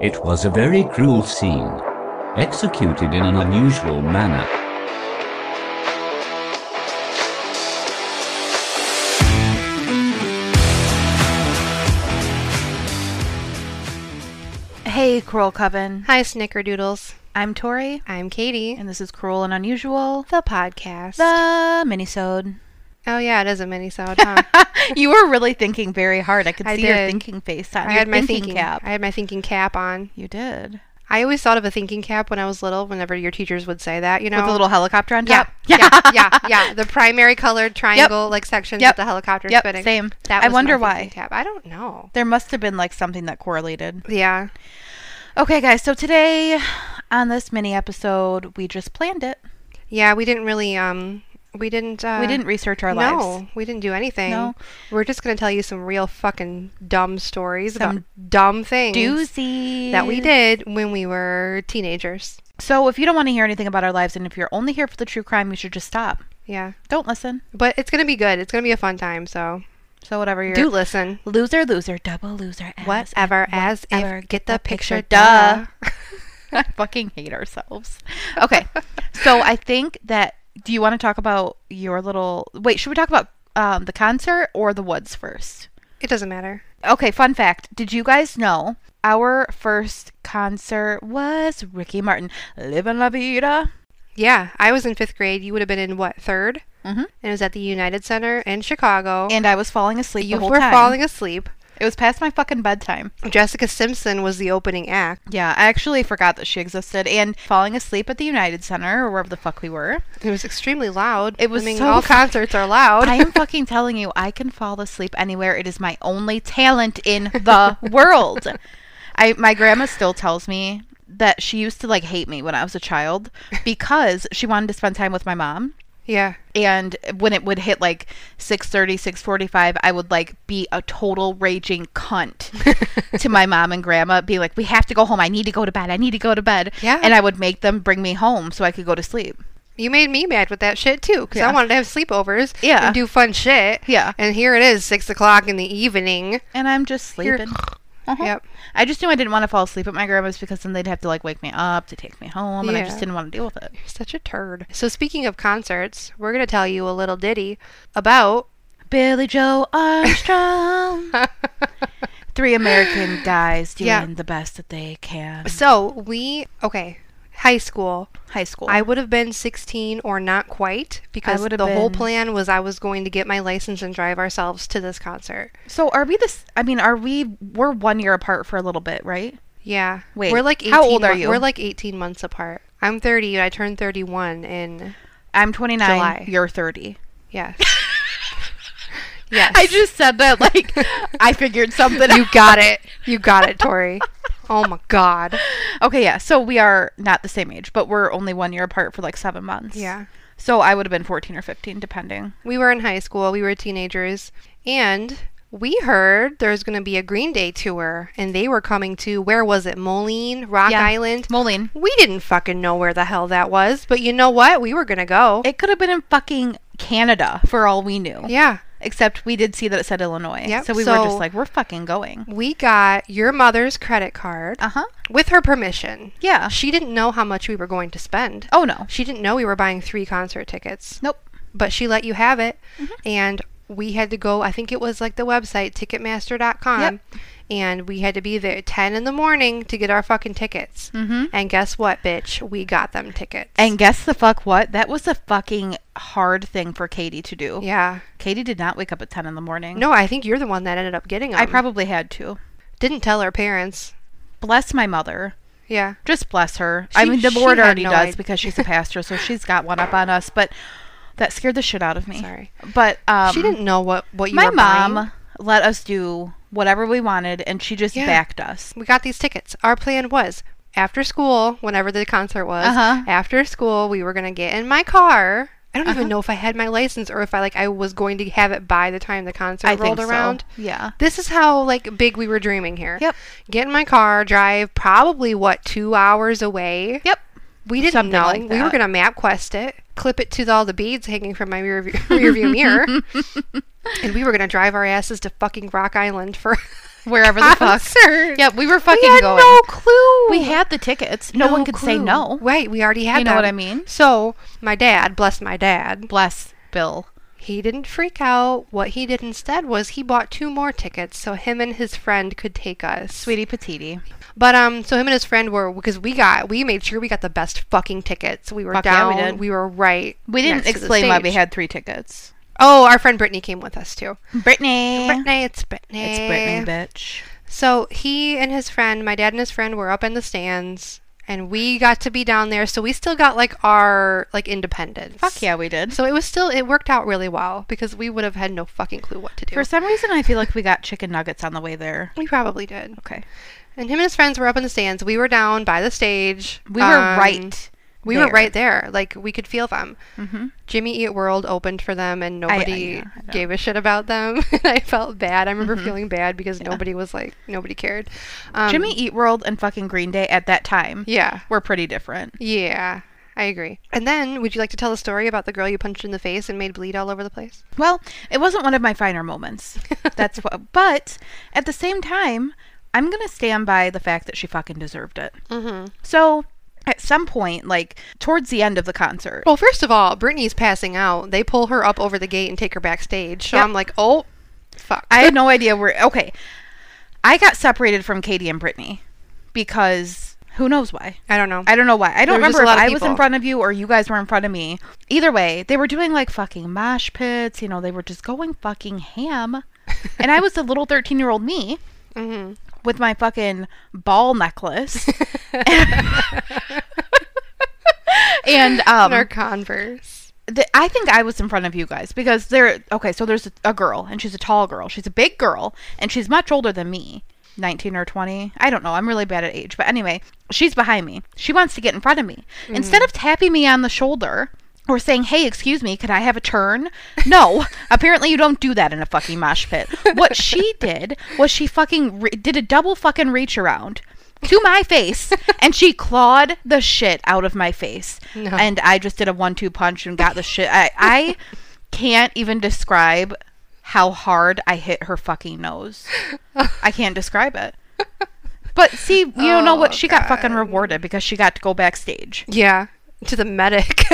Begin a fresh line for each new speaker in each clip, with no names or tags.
It was a very cruel scene, executed in an unusual manner.
Hey, Cruel Coven.
Hi, Snickerdoodles.
I'm Tori,
I'm Katie.
and this is Cruel and Unusual,
The podcast.
the minisode.
oh, yeah, it is a mini sod, huh?
you were really thinking very hard. I could
I
see your
did.
thinking face on
I
your
had my
thinking,
thinking
cap.
I had my thinking cap on.
you did.
I always thought of a thinking cap when I was little. Whenever your teachers would say that, you know,
With a little helicopter on
yeah,
top.
yeah, yeah, yeah, the primary colored triangle like sections
Yep.
with the helicopter
Yep,
spinning.
same.
That
I
was
wonder
my
why.
thinking Cap. I don't know.
There must have been like something that correlated.
Yeah,
Okay, guys, so today on this mini episode, we just planned it.
yeah. We didn't really. Um, we didn't. Uh,
we didn't research our lives.
No, we didn't do anything.
No.
We're just gonna tell you some real fucking dumb stories
Some
about dumb things
Doozy.
that we did when we were teenagers.
So if you don't want to hear anything about our lives and if you're only here for the true crime, you should just stop.
Yeah.
Don't listen.
But it's gonna be good. It's gonna be a fun time. So
So whatever you're
do listen.
loser, loser, double loser. as
Whatever, as if,
whatever,
get the picture,
duh.
duh.
I fucking hate ourselves. Okay. so I think that do you want to talk about your little wait, should we talk about um, the concert or the woods first?
It doesn't matter.
Okay, fun fact. Did you guys know our first concert was Ricky Martin, Livin' La Vida?
Yeah, I was in fifth grade. You would have been in what 3rd
Mhm.
And it was at the United Center in Chicago.
And I was falling asleep
you
the whole
were
time.
falling asleep.
It was past my fucking bedtime.
Jessica Simpson was the opening act.
Yeah, I actually forgot that she existed. And falling asleep at the United Center or wherever the fuck we were.
It was extremely loud.
It was
I mean,
so
all
fu-
concerts are loud.
I am fucking telling you, I can fall asleep anywhere. It is my only talent in the world. I my grandma still tells me that she used to like hate me when I was a child because she wanted to spend time with my mom.
yeah.
And when it would hit like 6:30, 6:45, I would like be a total raging cunt to my mom and grandma, be like, "We have to go home. I need to go to bed. I need to go to bed."
Yeah.
And I would make them bring me home so I could go to sleep.
You made me mad with that shit too, because
Yeah.
I wanted to have sleepovers.
Yeah.
And do fun shit.
Yeah.
And here it is, six o'clock in the evening.
And I'm just
You're-
sleeping. Uh-huh.
Yep.
I just knew I didn't want to fall asleep at my grandma's because then they'd have to like wake me up to take me home, and I just
Yeah.
didn't want to deal with it.
You're such a turd. So speaking of concerts, we're gonna tell you a little ditty about
Billy Joe Armstrong, three American guys doing
Yeah.
the best that they can.
So we okay, high school.
High school.
I would have been 16 or not quite because the
would have
whole
been-
plan was I was going to get my license and drive ourselves to this concert.
so are we this? I mean, are we? We're one year apart for a little bit, right?
Yeah.
Wait,
we're like 18
how old are
mon-
you?
We're like 18 months apart. I'm 30 and I turned 31 in
I'm 29.
July.
You're 30.
yeah. yes.
I just said that like I figured something.
you got it. You got it, Tori. oh my god.
Okay, yeah. So we are not the same age, but we're only one year apart for like seven months.
Yeah.
So I would have been 14 or 15, depending.
We were in high school. We were teenagers and we heard there's going to be a Green Day tour and they were coming to where was it? Moline, Rock
Yeah.
Island.
Moline.
We didn't fucking know where the hell that was, but you know what? We were going to go.
It could have been in fucking Canada for all we knew.
yeah.
Except we did see that it said Illinois.
Yep,
So we were
so-
just like, we're fucking going.
We got your mother's credit card
Uh huh.
with her permission.
Yeah.
She didn't know how much we were going to spend.
Oh no.
She didn't know we were buying three concert tickets,
Nope.
but she let you have it.
Mm-hmm.
And we had to go, I think it was like the website, ticketmaster.com.
Yep.
And we had to be there at 10 in the morning to get our fucking tickets.
Mhm.
And guess what, bitch? We got them tickets.
And guess the fuck what? That was a fucking hard thing for Katie to do.
yeah.
Katie did not wake up at 10 in the morning.
No, I think you're the one that ended up getting them.
I probably had to.
didn't tell our parents.
Bless my mother.
Yeah.
Just bless her. I
She-
mean, the
she
Lord
had
already
no
does
idea.
because she's a pastor, so she's got one up on us. But that scared the shit out of me.
Sorry.
But um,
she didn't know what, what you
my
were
mom
buying.
let us do whatever we wanted, and she just
Yeah.
backed us.
we got these tickets. Our plan was after school, whenever the concert was,
Uh-huh.
after school, we were going to get in my car. I don't
Uh-huh.
even know if I had my license or if I like I was going to have it by the time the concert rolled around.
So. Yeah.
This is how like big we were dreaming here.
Yep.
Get in my car, drive probably what 2 hours away.
Yep.
We didn't
Something
know.
like
We were
that.
going to map quest it, clip it to all the beads hanging from my rear view, rear view mirror. and we were going to drive our asses to fucking Rock Island for
wherever the fuck.
concert.
Yeah, we were fucking
we had
going.
no clue.
We had the tickets. No, one could say
clue.
no.
Right, we already had
You know what
them.
I mean?
So, my dad, bless my dad,
Bless Bill.
he didn't freak out. What he did instead was he bought two more tickets so him and his friend could take us.
Sweetie Petite.
But um, so him and his friend were because we got we made sure we got the best fucking tickets. We were
Fuck yeah,
down.
we
we,
did.
were right.
We didn't
next to the
explain why we
stage.
had three tickets.
Oh, our friend Brittany came with us too.
Brittany.
Brittany, it's Brittany.
It's Brittany, bitch.
So he and his friend, my dad and his friend, were up in the stands, and we got to be down there. So we still got like our like independence.
Fuck yeah, we did.
So it was still it worked out really well because we would have had no fucking clue what to do.
For some reason, I feel like we got chicken nuggets on the way there.
we probably did.
Okay.
And him and his friends were up in the stands. We were down by the stage.
We were
Um,
right.
We were
there. Mm-hmm.
right there. Like we could feel them. Jimmy Eat World opened for them, and
I
nobody
know, I know. Mm-hmm.
gave a shit about them. and I felt bad. I remember feeling bad because nobody was like nobody cared. Um,
Jimmy Eat World and fucking Green Day at that time
Yeah.
were pretty different.
Yeah. I agree. And then, would you like to tell the story about the girl you punched in the face and made bleed all over the place?
Well, it wasn't one of my finer moments. That's what. But at the same time, I'm gonna stand by the fact that she fucking deserved it. Mm-hmm. So at some point, like towards the end of the concert,
Well, first of all, Brittany's passing out. They pull her up over the gate and take her backstage. So
Yep.
I'm like, oh, fuck.
I had no idea where. Okay, I got separated from Katie and Brittany because who knows why.
I don't know.
I don't know why. I don't
There was
remember
just
if
a lot of
I was in
people.
front of you or you guys were in front of me. Either way, they were doing like fucking mosh pits. You know, they were just going fucking ham. and I was the little 13 year old me
Mm-hmm.
with my fucking ball necklace. and um,
In our Converse.
the, I think I was in front of you guys because there. Okay, so there's a, a girl, and she's a tall girl. She's a big girl, and she's much older than me. 19 or 20. I don't know. I'm really bad at age. But anyway, she's behind me. She wants to get in front of me. Instead of tapping me on the shoulder or saying, hey, excuse me, can I have a turn? No. Apparently, you don't do that in a fucking mosh pit. What she did was she fucking re- did a double fucking reach around to my face and she clawed the shit out of my face and i just did a one-two punch and got the shit I, I can't even describe how hard i hit her fucking nose i can't describe it but see you don't know what
Oh,
she got fucking rewarded because she got to go backstage
Yeah. To the medic.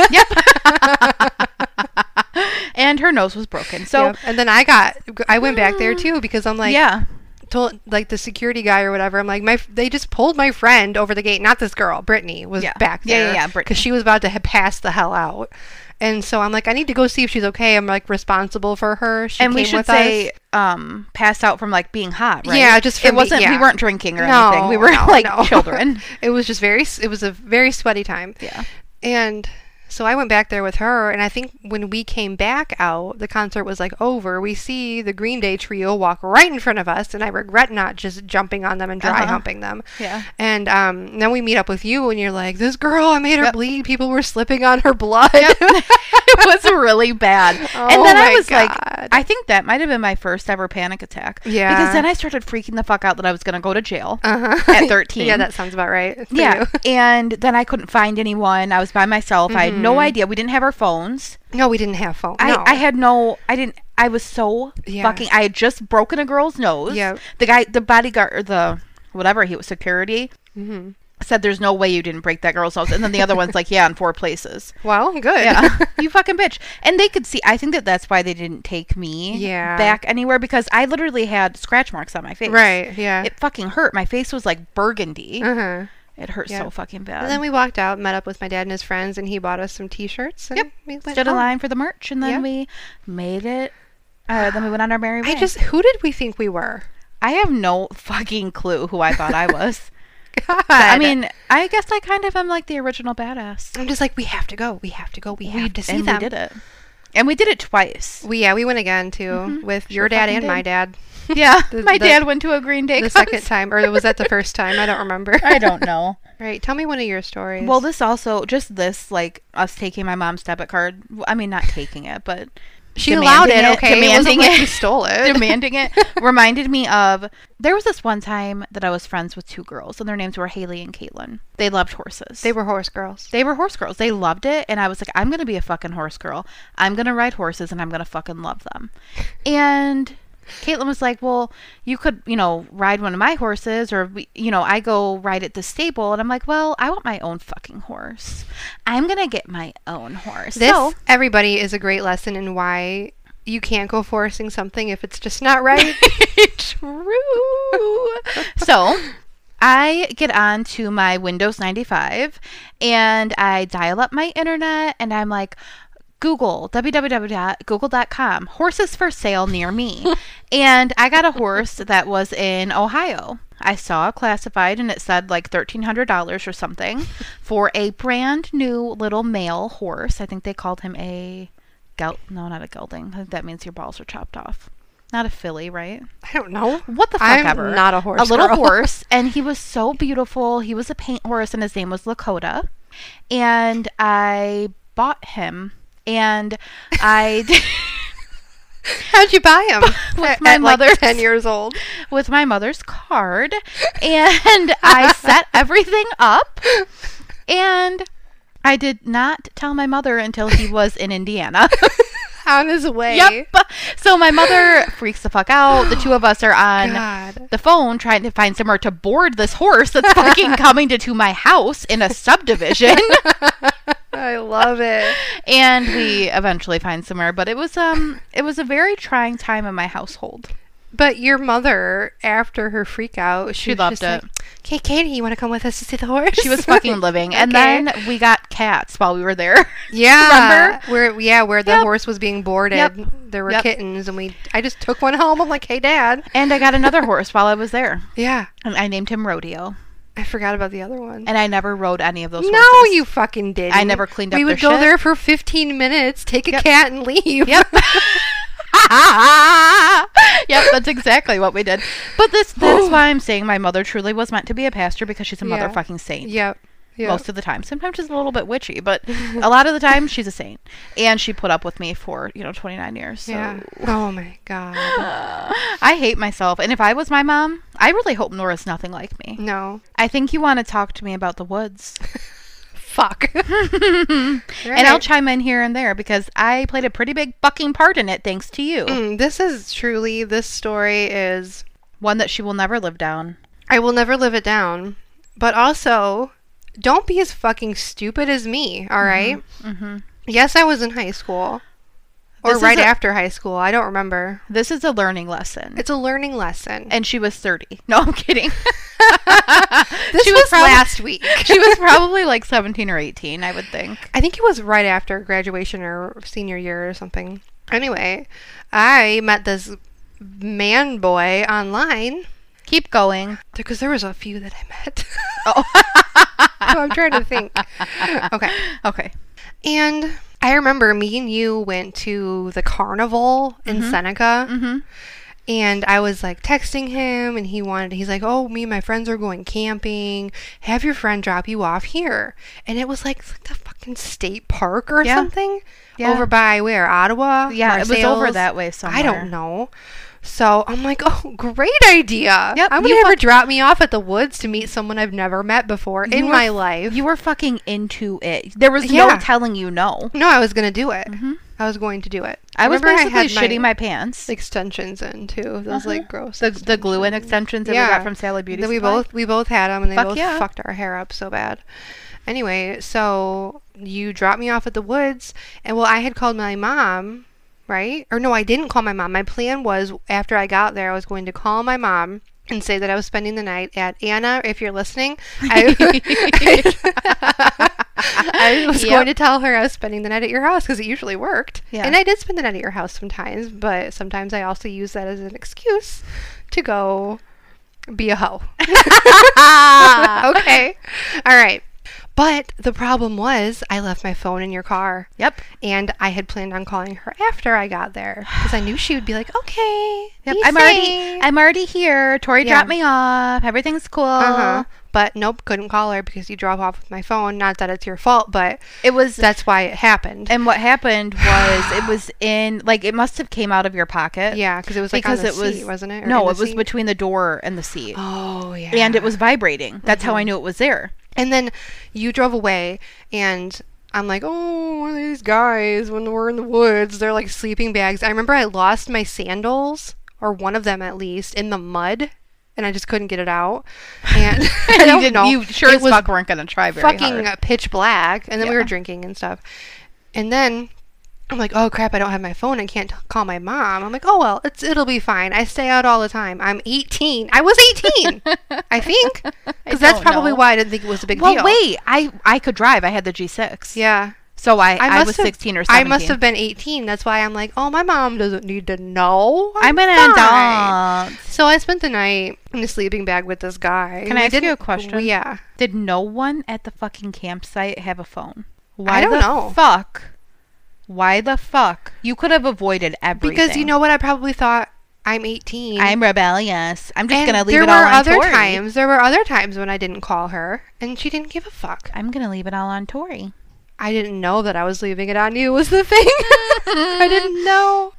and her nose was broken so
Yep. And then I got, I went back there too because I'm like,
yeah
told like the security guy or whatever. I'm like, my they just pulled my friend over the gate. Not this girl, Brittany was
Yeah.
back
Yeah, yeah,
there.
yeah, Brittany.
because she was about to ha- pass the hell out. And so I'm like, I need to go see if she's okay. I'm like responsible for her. She
and we
came
should
with
say
us.
um passed out from like being hot right
Yeah, just
it
from be-
wasn't we
yeah.
weren't drinking or
No,
anything we were
no,
like
no.
children
it was just very. s- It was a very sweaty time.
Yeah.
And so I went back there with her, and I think when we came back out, the concert was like over. We see the Green Day trio walk right in front of us, and I regret not just jumping on them and dry
Uh-huh.
humping them.
Yeah.
And um, then we meet up with you, and you're like, "This girl, I made her
Yep.
bleed. People were slipping on her blood."
it was really bad. and
Oh
then I
my
was
God.
like, I think that might have been my first ever panic attack.
Yeah. Uh-huh.
Because then I started freaking the fuck out that I was going to go to jail at 13.
yeah, that sounds about right. for
Yeah.
you.
and then I couldn't find anyone. I was by myself. I had no idea. We didn't have our phones.
No, we didn't have phone. Mm-hmm. no.
I, I had no, I didn't, I was so
Yeah.
fucking, I had just broken a girl's nose.
Yep.
The guy, the bodyguard, or the whatever he was, security.
Mm-hmm.
Said there's no way you didn't break that girl's nose, and then the other one's like, yeah, in four places.
well, good.
Yeah. you fucking bitch. And they could see. I think that that's why they didn't take me
Yeah.
back anywhere because I literally had scratch marks on my face.
right. Yeah.
It fucking hurt. My face was like burgundy.
uh-huh.
It hurt
Yeah.
so fucking bad.
And then we walked out, met up with my dad and his friends, and he bought us some T-shirts. And
Yep.
We went
stood in
home.
line for the merch and then
Yeah.
we made it. Uh, then we went on our merry way.
I just, who did we think we were?
I have no fucking clue who I thought I was.
God.
I mean, I guess I kind of am like the original badass.
I'm just like, we have to go. We have to go. We have to see
and
them.
we did it. And we did it twice.
We- yeah, we went again too with your dad
fucking
and my
did.
dad.
Yeah.
The-
my
the-
dad went to a Green Day
The
concert.
second time, or was that the first time? I don't remember.
I don't know.
Right. Tell me one of your stories.
Well, this also just this like us taking my mom's debit card. w- I mean, not taking it, but
she allowed it.
demanding
Okay.
demanding
it. wasn't like
it,
you stole it.
demanding it. Reminded me of there was this one time that I was friends with two girls, and their names were Haley and Caitlin. They loved horses.
They were horse girls.
they were horse girls. They loved it, and I was like, I'm gonna be a fucking horse girl. I'm gonna ride horses, and I'm gonna fucking love them. And Caitlin was like, "Well, you could, you know, ride one of my horses, or we, you know, I go ride at the stable." And I'm like, "Well, I want my own fucking horse. I'm gonna get my own horse."
This,
so
everybody, is a great lesson in why you can't go forcing something if it's just not right.
True. so I get on to my Windows 95 and I dial up my internet and I'm like, Google, www.google.com, horses for sale near me. and I got a horse that was in Ohio. I saw a classified and it said like $1,300 or something for a brand new little male horse. I think they called him a gelt. No, not a gelding. I think that means your balls are chopped off. Not a filly, right?
I don't know.
What the fuck
I'm
ever.
not a horse
A little
girl.
horse, and he was so beautiful. He was a paint horse, and his name was Lakota. And I bought him, and I did-
How'd you buy them?
With my mother's-
like ten years old.
with my mother's card, and I set everything up, and I did not tell my mother until he was in Indiana.
On his way.
Yep. So my mother freaks the fuck out. The two of us are on
God.
the phone trying to find somewhere to board this horse that's fucking coming to, to my house in a subdivision.
I love it.
and we eventually find somewhere, but it was um it was a very trying time in my household.
But your mother, after her freak out, she,
She
was
loved
just like, Okay, Katie, you want to come with us to see the horse?
She was fucking living. And
Okay.
then we got cats while we were there.
yeah, where yeah, where the
Yep.
horse was being boarded,
Yep.
there were
Yep.
kittens, and we I just took one home. I'm like, hey, Dad.
And I got another horse while I was there.
Yeah,
And I named him Rodeo.
I forgot about the other one.
And I never rode any of those
no,
horses.
you fucking did.
I never cleaned up
We
their
would go
shit.
there for 15 minutes, take a
Yep.
cat, and leave.
Yep. yep, that's exactly what we did. But this that is why I'm saying my mother truly was meant to be a pastor because she's a
Yeah.
motherfucking saint.
Yep. Yep.
Most of the time. Sometimes she's a little bit witchy, but a lot of the time she's a saint. And she put up with me for, you know, 29 years. So
yeah. Oh my god.
I hate myself. And if I was my mom, I really hope Nora's nothing like me.
No.
I think you want to talk to me about the woods.
Fuck.
And I'll chime in here and there because I played a pretty big fucking part in it thanks to you.
Mm, this is truly this story is
One that she will never live down.
I will never live it down. But also, don't be as fucking stupid as me, all right?
Mm-hmm.
Yes, I was in high school. Or
This is
right
a-
after high school. I don't remember.
This is a learning lesson.
It's a learning lesson.
and she was 30. No, I'm kidding.
this
she was
was,
prob-
last week.
she was probably like 17 or 18, I would think.
I think it was right after graduation or senior year or something. Anyway, I met this man boy online
Keep going.
because there was a few that I met.
Oh.
so I'm trying to think. Okay.
Okay.
And I remember me and you went to the carnival in
Mm-hmm.
Seneca. And I was like texting him, and he wanted, he's like, Oh, me and my friends are going camping. Have your friend drop you off here. And it was like, it's like the fucking state park or
Yeah.
something
Yeah.
over by where? Ottawa?
Yeah, it was over
Marseilles?
that way
I
somewhere.
don't know. So I'm like, Oh, great idea.
Yep,
I'm
you
going to have her
fuck-
drop me off at the woods to meet someone I've never met before in
You were-
my life.
You were fucking into it. There was
Yeah.
no telling you no.
No, I was gonna do it. I was going to do it.
Mm-hmm. I was
remember
basically
had
shitting my pants.
extensions in too. Those like gross.
The, the glue and extensions that we got from Sally Beauty.
That we
Supply.
both we both had them, and they
Fuck
both
yeah.
fucked our hair up so bad. Anyway, so you dropped me off at the woods, and well, I had called my mom, right? Or no, I didn't call my mom. My plan was after I got there, I was going to call my mom. And say that I was spending the night at Anna. If you're listening, I, I was
Yep.
going to tell her I was spending the night at your house because it usually worked.
Yeah.
And I did spend the night at your house sometimes, but sometimes I also use that as an excuse to go be a hoe. okay. All right. But the problem was I left my phone in your car.
Yep.
And I had planned on calling her after I got there because I knew she would be like, okay.
Yep.
be
I'm already
safe."
I'm already here. Tori
Yeah.
dropped me off. Everything's cool.
Uh-huh. But nope, couldn't call her because you drove off with my phone. Not that it's your fault, but
It was
that's why it happened.
and what happened was it was in like it must have came out of your pocket.
Yeah, because it was like
because
on the
it was
seat, wasn't it? Or in
no,
the
it was
seat?
between the door and the seat.
Oh yeah. Mm-hmm.
and it was vibrating. That's how I knew it was there.
And then you drove away, and I'm like, oh, one of these guys when we're in the woods, they're like sleeping bags. I remember I lost my sandals or one of them at least, in the mud, and I just couldn't get it out. And I
you
don't
didn't.
know.
You sure
It
as
was
fuck weren't gonna try very
fucking
hard.
uh pitch black, and then we
Yeah.
were drinking and stuff. And then I'm like, oh crap, I don't have my phone. I can't t- call my mom. I'm like, oh well, it's it'll be fine. I stay out all the time. I'm 18. I was 18, I think, because that's
don't
probably
know.
why I didn't think it was a big
Well,
deal.
wait. I I could drive. I had the G6.
yeah.
So I I,
must
was
have-
16 or 17.
I must have been 18. That's why I'm like, oh, my mom doesn't need to know.
I'm an
fine."
adult.
So I spent the night in a sleeping bag with this guy.
Can I
We
ask you a
didn't-
question?
yeah.
Did no one at the fucking campsite have a phone? Why
don't
the
know.
fuck? Why the fuck? You could have avoided everything.
Because you know what? I probably thought I'm 18.
I'm rebellious. I'm just
And
gonna leave
there
it
were
all on
other
Tori.
times. There were other times when I didn't call her, and she didn't give a fuck.
I'm gonna leave it all on Tori.
I didn't know that I was leaving it on you was the thing. I didn't know.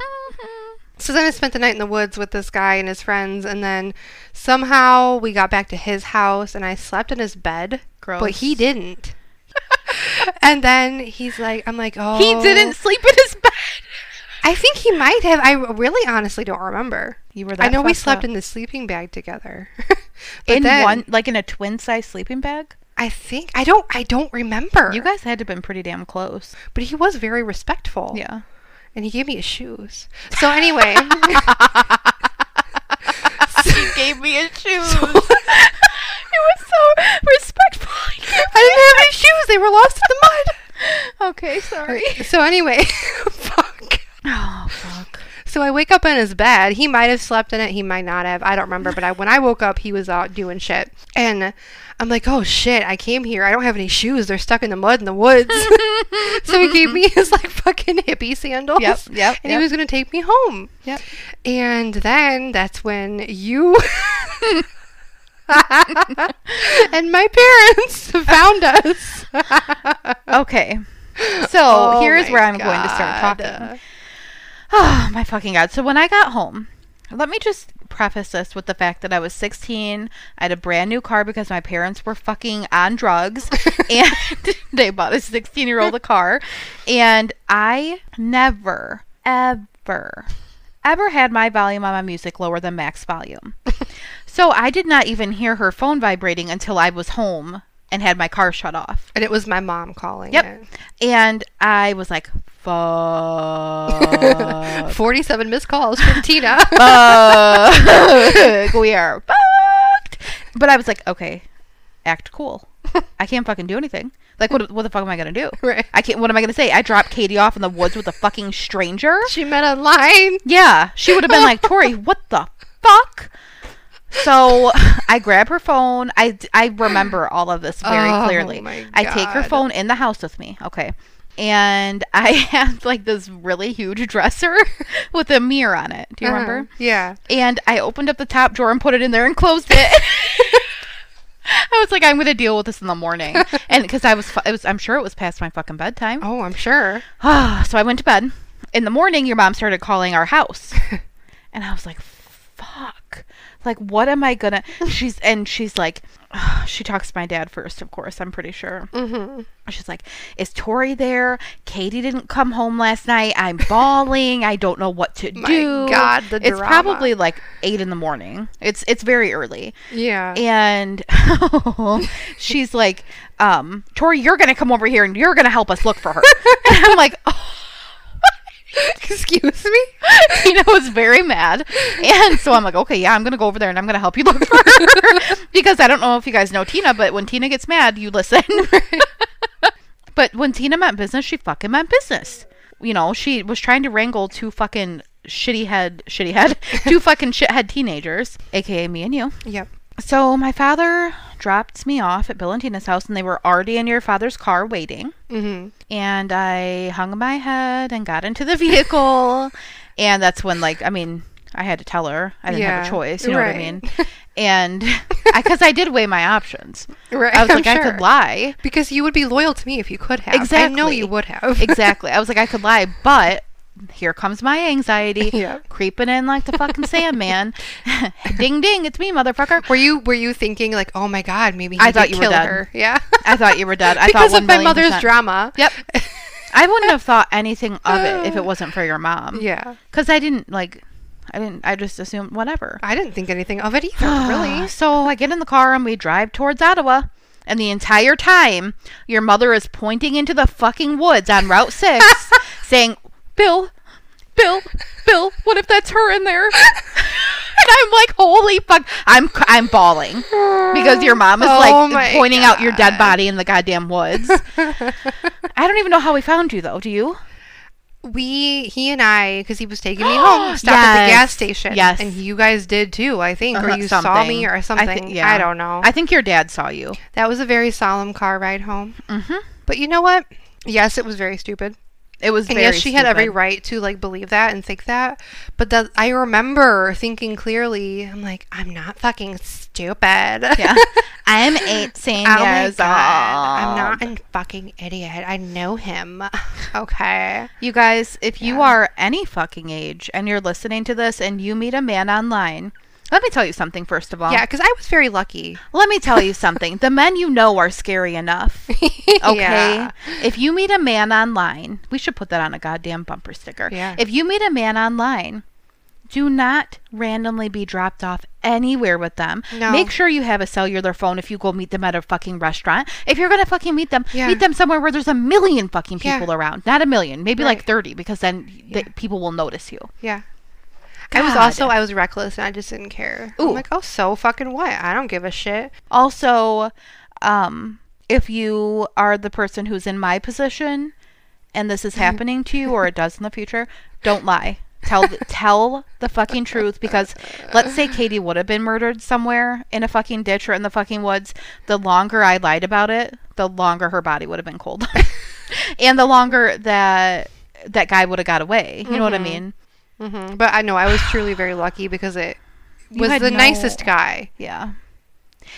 So then I spent the night in the woods with this guy and his friends, and then somehow we got back to his house, and I slept in his bed, but he
Gross.
didn't. and then he's like, "I'm like, oh,
He didn't sleep in his bed.
I think he might have. I really, honestly, don't remember.
You were. That
I know we
fucked
slept
up.
in the sleeping bag together. But
in
then-
one, like in a twin size sleeping bag.
I think I don't. I don't remember.
You guys had to have been pretty damn close.
but he was very respectful.
Yeah.
and he gave me his shoes. So anyway,
he gave me his shoes. it was so respectful.
I didn't have any shoes. They were lost in the
mud. Okay, sorry.
mud. So anyway, fuck.
Oh fuck.
So I wake up in his bed. He might have slept in it. He might not have. I don't remember. But I, when I woke up, he was out doing shit. And I'm like, oh shit, I came here. I don't have any shoes. They're stuck in the mud in the woods. so he gave me his like fucking hippie sandals.
Yep, yep,
And
yep.
he was going to take me home.
Yep.
And then that's when you and my parents found us.
Okay. So
Oh
here's
my
where I'm going to start
God.
talking. Oh my fucking god. So when I got home, let me just preface this with the fact that I was 16. I had a brand new car because my parents were fucking on drugs and they bought a 16 year old a car. And I never, ever, ever had my volume on my music lower than max volume. so I did not even hear her phone vibrating until I was home and had my car shut off.
And it was my mom calling.
Yep. And I was like, fuck.
It. 47 missed calls from Tina.
fuck. Uh, we are fucked. But I was like, okay, act cool. I can't fucking do anything. Like, what, what the fuck am I gonna do?
Right.
I can't. What am I gonna say? I dropped Katie off in the woods with a fucking stranger.
she met online.
Yeah, she would have been like, Tori, what the fuck? So I grab her phone. I, I remember all of this very
Oh
clearly.
my
I take her
God.
phone in the house with me. Okay. And I have like this really huge dresser with a mirror on it. Do you remember?
Uh-huh. Yeah.
And I opened up the top drawer and put it in there and closed it. I was like, I'm gonna deal with this in the morning, and because I was, fu- it was, I'm sure it was past my fucking bedtime.
Oh, I'm sure.
Ah, so I went to bed. In the morning, your mom started calling our house. and I was like, fuck. Like, what am I gonna. She's, and she's like, she talks to my dad first, of course, I'm pretty sure.
Mm-hmm.
She's like, is Tori there? Katie didn't come home last night. I'm bawling. I don't know what to
My
do.
God, the
It's
drama.
probably like eight in the morning. It's, it's very early
Yeah.
and she's like, um, Tori, you're gonna come over here and you're gonna help us look for her. and I'm like, oh.
Excuse me?
Tina was very mad, and so I'm like, okay, yeah, I'm gonna go over there and I'm gonna help you look for her because I don't know if you guys know Tina, but when Tina gets mad, you listen. but when Tina meant business, she fucking meant business. You know, she was trying to wrangle two fucking shitty head, shitty head, two fucking shithead teenagers, aka me and you.
Yep.
So my father dropped me off at Bill and Tina's house, and they were already in your father's car waiting.
Mm-hmm.
And I hung my head and got into the vehicle, and that's when, like, I mean, I had to tell her I didn't have
Yeah,
a choice. You know what I
right.
mean? And because I, did weigh my options,
Right.
I was
I'm
like, I
sure.
could lie.
Because you would be loyal to me if you could have. I know
Exactly.
you would have.
Exactly. I was like, I could lie, but here comes my anxiety
Yeah.
creeping in like the fucking Sandman. ding ding, it's me, motherfucker.
Were you were you thinking like, oh my god, maybe he
I
did
thought you were
kill
dead.
her? Yeah.
I thought you were dead. I
because
thought
of my
1 million
mother's
percent.
drama. Uh.
Yep. I wouldn't have thought anything of it if it wasn't for your mom.
yeah.
Because I didn't like. I didn't. I just assumed whatever.
I didn't think anything of it either, really.
So I get in the car and we drive towards Ottawa. And the entire time, your mother is pointing into the fucking woods on Route 6 saying, Bill, Bill, Bill, what if that's her in there? and I'm like, holy fuck. I'm, I'm bawling because your mom is
Oh
like
my
pointing out your dead body in the goddamn woods. I don't even know how we found you, though. Do you?
We, he and I, because he was taking me home, stopped at the
Yes.
gas station.
Yes.
And you guys did too, I think. or
Uh,
you saw me or something. I,
I, thi- yeah.
don't know.
I think your dad saw you.
that was a very solemn car ride home.
Mhm.
But you know what? Yes, it was very stupid.
It was
And
very
yes, she had every
stupid.
right to like believe that and think that. But that I remember thinking clearly, I'm like, I'm not fucking stupid.
Yeah. I'm 18
Oh my
years
God. I'm
old.
not a fucking idiot. I know him. okay.
You guys, if you are any fucking age and you're listening to this and you meet a man online, let me tell you something first of all.
Yeah, because I was very lucky.
Let me tell you something. the men you know are scary enough. Okay. If you meet a man online, we should put that on a goddamn bumper sticker.
Yeah.
If you meet a man online, do not randomly be dropped off anywhere with them.
No.
Make sure you have a cellular phone if you go meet them at a fucking restaurant. If you're gonna fucking meet them,
Yeah.
meet them somewhere where there's a million fucking
Yeah.
people around. Not a million, maybe like
Right.
thirty, because then the people will notice you.
Yeah. I was
God.
also I was reckless and I just didn't care.
Ooh.
I'm like, oh, so fucking what? I don't give a shit.
Also, um, if you are the person who's in my position and this
Mm-hmm.
is happening to you or it does in the future, don't lie. Tell the, tell the fucking truth because let's say Katie would have been murdered somewhere in a fucking ditch or in the fucking woods. The longer I lied about it, the longer her body would have been cold, and the longer that that guy would have got away. You know what I
Mm-hmm.
mean?
hmm But I know I was truly very lucky because it was
had
the
no-
nicest guy.
Yeah.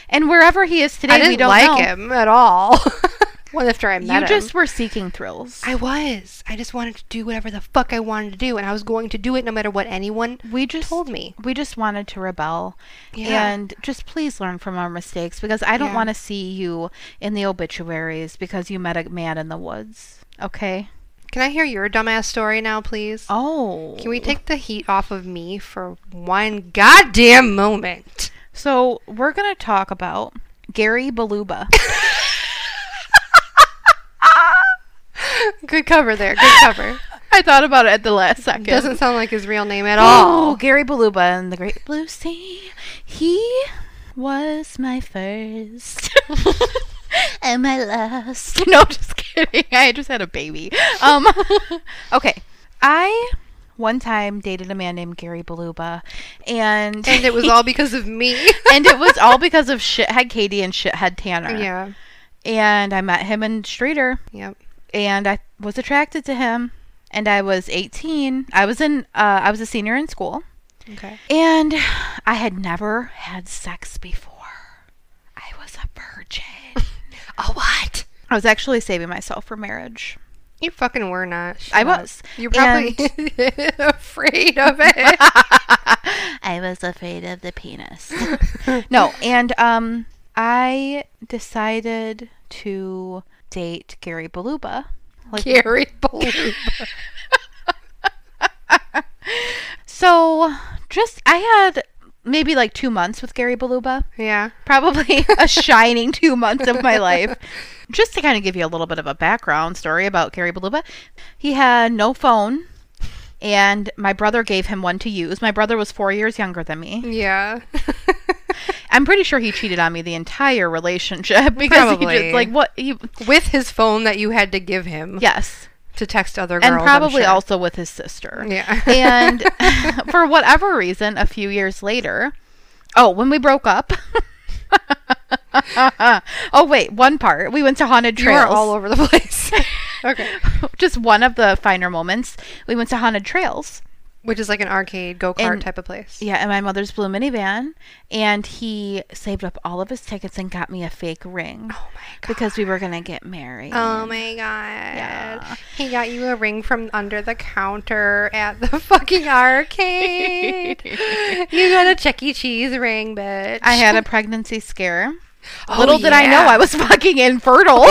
And wherever he is today,
I
we
didn't
don't
like
know.
him at all. well, after I met
You
him,
just were seeking thrills.
I was. I just wanted to do whatever the fuck I wanted to do, and I was going to do it no matter what anyone.
we just
told me.
we just wanted to rebel
Yeah.
and just please learn from our mistakes because i don't
Yeah.
want to see you in the obituaries because you met a man in the woods okay
Can I hear your dumbass story now, please?
oh
Can we take the heat off of me for one goddamn moment?
so we're gonna talk about gary baluba
Good cover there. Good cover.
i thought about it at the last 2nd
Doesn't sound like his real name at all.
oh gary baluba and the great blue sea he was my first and my last no just kidding i just had a baby um okay i one time dated a man named gary baluba and
and it was all because of me.
and it was all because of shithead katie and shithead tanner
yeah.
and i met him in streeter
Yep.
and I was attracted to him. And I was 18. I was in. Uh, I was a senior in school,
Okay.
and I had never had sex before. I was a virgin.
Oh what?
I was actually saving myself for marriage.
You fucking were not.
I
Shut up.
was.
You're probably afraid of it.
I was afraid of the penis. no, and um, I decided to date Gary Baluba. Like,
Gary Blue.
so just I had maybe like two months with Gary Baluba.
Yeah.
probably a shining two months of my life. Just to kind of give you a little bit of a background story about Gary Baluba, he had no phone, and my brother gave him one to use. My brother was four years younger than me.
Yeah.
I'm pretty sure he cheated on me the entire relationship because he
Probably.
just like what he
With his phone that you had to give him
yes,
to text other girls.
and
I'm
probably
sure.
also with his sister.
Yeah.
and for whatever reason, a few years later, oh, when we broke up. oh wait, one part. We went to haunted
You
trails.
are all over the place. okay.
just one of the finer moments. We went to Haunted Trails.
Which is like an arcade go kart
And-
type of place.
Yeah, in my mother's blue minivan. And he saved up all of his tickets and got me a fake ring
Oh my god.
because we were going to get married.
Oh my god. He got you a ring from under the counter at the fucking arcade. you got a Chuck E. Cheese ring, bitch.
I had a pregnancy scare.
Oh,
Little did I know
yeah.
I was fucking infertile.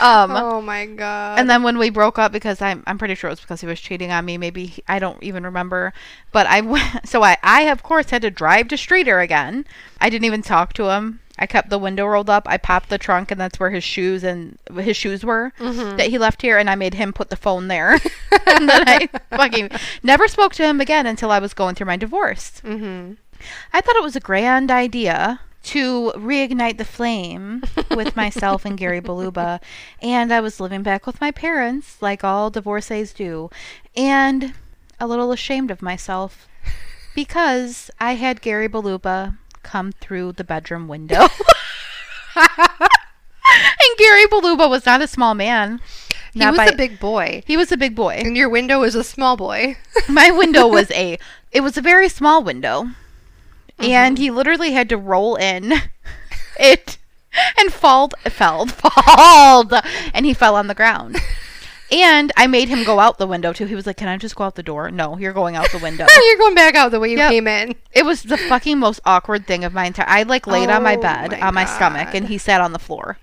Um,
Oh my god.
and then when we broke up because I'm I'm pretty sure it was because he was cheating on me. Maybe he- I don't even remember. But I went, so I I of course had to drive to Streeter again. I didn't even talk to him. I kept the window rolled up. I popped the trunk, and that's where his shoes and his shoes were that he left here. And I made him put the phone there. and then I fucking never spoke to him again until I was going through my divorce. I thought it was a grand idea to reignite the flame with myself and Gary Baluba. And I was living back with my parents, like all divorcees do, and a little ashamed of myself because I had Gary Baluba come through the bedroom window. and Gary Baluba was not a small man.
he
Not
was
by-
a big boy.
He was a big boy.
And your window was a small boy.
my window was a it was a very small window and
Mm-hmm.
he literally had to roll in it and falled fell falled and he fell on the ground and i made him go out the window too he was like can i just go out the door no you're going out the window
You're going back out the way you
Yep.
came in.
it was the fucking most awkward thing of my entire i like laid on my
Oh
bed
my
on my stomach and he sat on the floor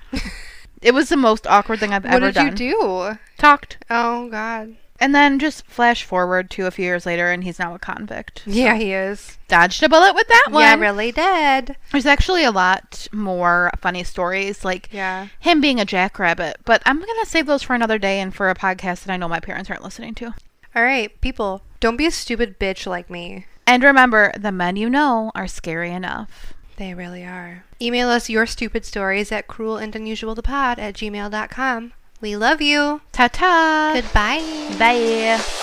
it was the most awkward thing i've
What
ever done
did you do?
talked
Oh god.
and then just flash forward to a few years later and he's now a convict
Yeah, he is.
dodged a bullet with that one
Yeah, really dead.
There's actually a lot more funny stories, like
Yeah.
him being a jackrabbit. But I'm gonna save those for another day and for a podcast that I know my parents aren't listening to.
All right, people, don't be a stupid bitch like me.
And remember, the men you know are scary enough.
They really are. Email us your stupid stories at cruelandunusualthepod at gmail.com. We love you.
Ta ta.
Goodbye.
Bye.